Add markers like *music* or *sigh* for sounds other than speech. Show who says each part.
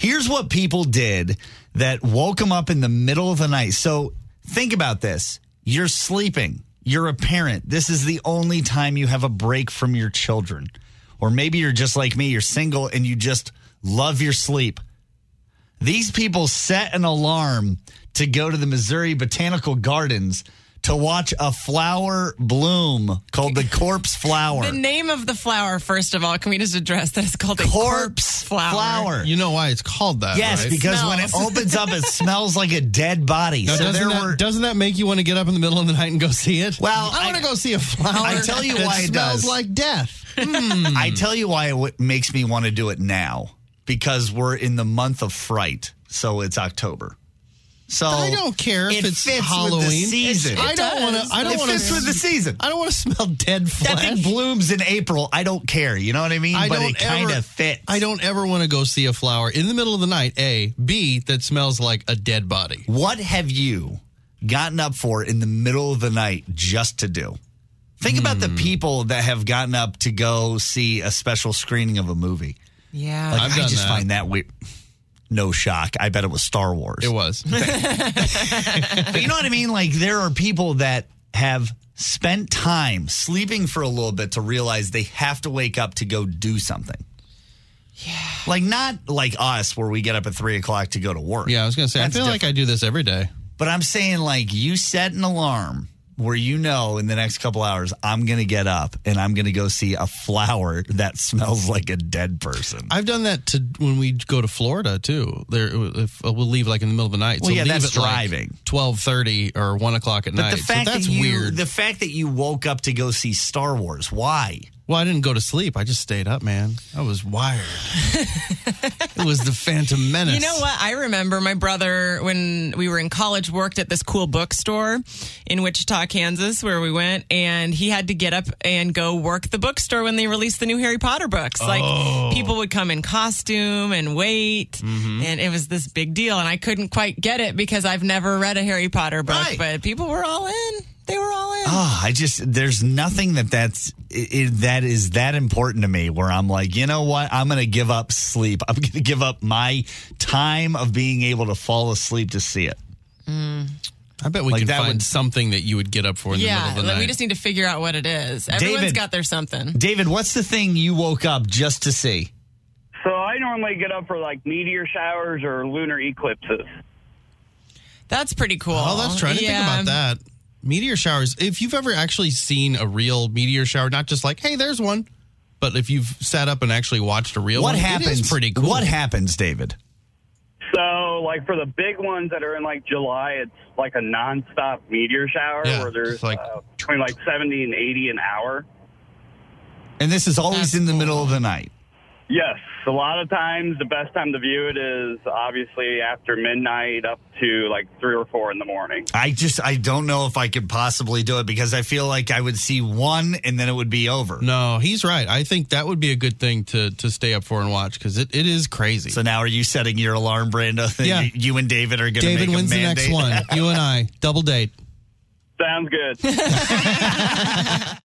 Speaker 1: here's what people did that woke him up in the middle of the night. So think about this. You're sleeping. You're a parent. This is the only time you have a break from your children. Or maybe you're just like me, you're single and you just love your sleep. These people set an alarm to go to the Missouri Botanical Gardens to watch a flower bloom called the corpse flower.
Speaker 2: The name of the flower, first of all, can we just address that it's called a
Speaker 1: corpse flower.
Speaker 3: You know why it's called that?
Speaker 1: Yes,
Speaker 3: right?
Speaker 1: because when it
Speaker 3: *laughs*
Speaker 2: Smells.
Speaker 1: opens up, it smells like a dead body.
Speaker 3: Now,
Speaker 1: so
Speaker 3: doesn't,
Speaker 1: there
Speaker 3: that,
Speaker 1: were.
Speaker 3: doesn't that make you want to get up in the middle of the night and go see it?
Speaker 1: Well,
Speaker 3: I,
Speaker 1: I-
Speaker 3: want to go see a flower.
Speaker 1: I tell you
Speaker 3: that
Speaker 1: why it
Speaker 3: smells
Speaker 1: does.
Speaker 3: like death. Hmm,
Speaker 1: I tell you why it w- makes me want to do it now because we're in the month of fright, so it's October. So
Speaker 3: I don't care if
Speaker 1: Oh, it
Speaker 3: it's
Speaker 1: fits with the
Speaker 3: Halloween.
Speaker 1: season.
Speaker 3: I don't want to. I don't
Speaker 1: it
Speaker 3: want
Speaker 1: fits with the
Speaker 3: to.
Speaker 1: season.
Speaker 3: I don't want to smell dead
Speaker 1: That
Speaker 3: flesh.
Speaker 1: thing blooms in April. I don't care. You know what I mean?
Speaker 3: I
Speaker 1: but
Speaker 3: don't
Speaker 1: it kind
Speaker 3: ever-
Speaker 1: of fits.
Speaker 3: I don't ever want to go see a flower in the middle of the night. A, B, that smells like a dead body.
Speaker 1: What have you gotten up for in the middle of the night just to do? Think about
Speaker 3: Hmm.
Speaker 1: the people that have gotten up to go see a special screening of a movie.
Speaker 2: Yeah.
Speaker 1: Like,
Speaker 3: I've
Speaker 1: I
Speaker 3: done
Speaker 1: just
Speaker 3: that.
Speaker 1: find that weird. No shock. I bet it was Star Wars. *laughs*
Speaker 3: It was.
Speaker 1: But you know what I mean? Like there are people that have spent time sleeping for a little bit to realize they have to wake up to go do something. Yeah. Like not like us where we get up at three o'clock to go to work.
Speaker 3: Yeah, I was gonna say.
Speaker 1: That's
Speaker 3: I feel like I do this every day.
Speaker 1: But I'm saying like you set an alarm where you know in the next couple hours I'm gonna get up and I'm gonna go see a flower that smells like a dead person.
Speaker 3: I've done that to when we go to Florida too. There, if uh, we'll leave like in the middle of the night.
Speaker 1: Well, yeah,
Speaker 3: leave
Speaker 1: that's
Speaker 3: at, like,
Speaker 1: driving.
Speaker 3: 12:30 or one o'clock at
Speaker 1: but
Speaker 3: night.
Speaker 1: the
Speaker 3: So
Speaker 1: fact
Speaker 3: that's
Speaker 1: that you
Speaker 3: weird.
Speaker 1: the fact that you woke up to go see Star Wars, why?
Speaker 3: well, I didn't go to sleep. I just stayed up, man. I was wired.
Speaker 1: *laughs*
Speaker 3: it was the Phantom Menace.
Speaker 2: You know what? I remember my brother when we were in college worked at this cool bookstore in Wichita, Kansas, where we went, and he had to get up and go work the bookstore when they released the new Harry Potter books.
Speaker 1: Oh.
Speaker 2: Like people would come in costume and wait,
Speaker 1: Mm-hmm.
Speaker 2: and it was this big deal. And I couldn't quite get it because I've never read a Harry Potter book,
Speaker 1: Right.
Speaker 2: but people were all in. They were all in.
Speaker 1: Oh, I just there's nothing that that's i i- that is that important to me where I'm like, you know what? I'm going to give up sleep. I'm going to *laughs* give up my time of being able to fall asleep to see it.
Speaker 3: I bet we
Speaker 1: Like
Speaker 3: can
Speaker 1: that
Speaker 3: find
Speaker 1: would-
Speaker 3: something that you would get up for in the
Speaker 2: yeah,
Speaker 3: middle of the
Speaker 2: like,
Speaker 3: night.
Speaker 2: we just need to figure out what it is. Everyone's
Speaker 1: David.
Speaker 2: got their something.
Speaker 1: David, what's the thing you woke up just to see?
Speaker 4: So I normally get up for like meteor showers or lunar eclipses.
Speaker 2: That's pretty cool.
Speaker 3: Oh, that's trying to
Speaker 2: Yeah.
Speaker 3: think about that. Meteor showers. If you've ever actually seen a real meteor shower, not just like, hey, there's one, but if you've sat up and actually watched a real
Speaker 1: What
Speaker 3: one, it
Speaker 1: happens?
Speaker 3: is pretty cool.
Speaker 1: What happens, David?
Speaker 4: So like for the big ones that are in like July, it's like a nonstop meteor shower
Speaker 3: Yeah,
Speaker 4: where
Speaker 3: just
Speaker 4: there's
Speaker 3: like-
Speaker 4: like uh, between like seventy and eighty an hour.
Speaker 1: And this is always
Speaker 2: That's
Speaker 1: in the
Speaker 2: cool.
Speaker 1: middle of the night.
Speaker 4: Yes, a lot of times the best time to view it is obviously after midnight up to like three or four in the morning.
Speaker 1: I just I don't know if I could possibly do it because I feel like I would see one and then it would be over.
Speaker 3: No, he's right. I think that would be a good thing to to stay up for and watch because it, it is crazy.
Speaker 1: So now are you setting your alarm, Brando? that
Speaker 3: Yeah.
Speaker 1: You, you and David are going to make
Speaker 3: David
Speaker 1: a
Speaker 3: wins the next
Speaker 1: mandate?
Speaker 3: one. You and I double date.
Speaker 4: Sounds good.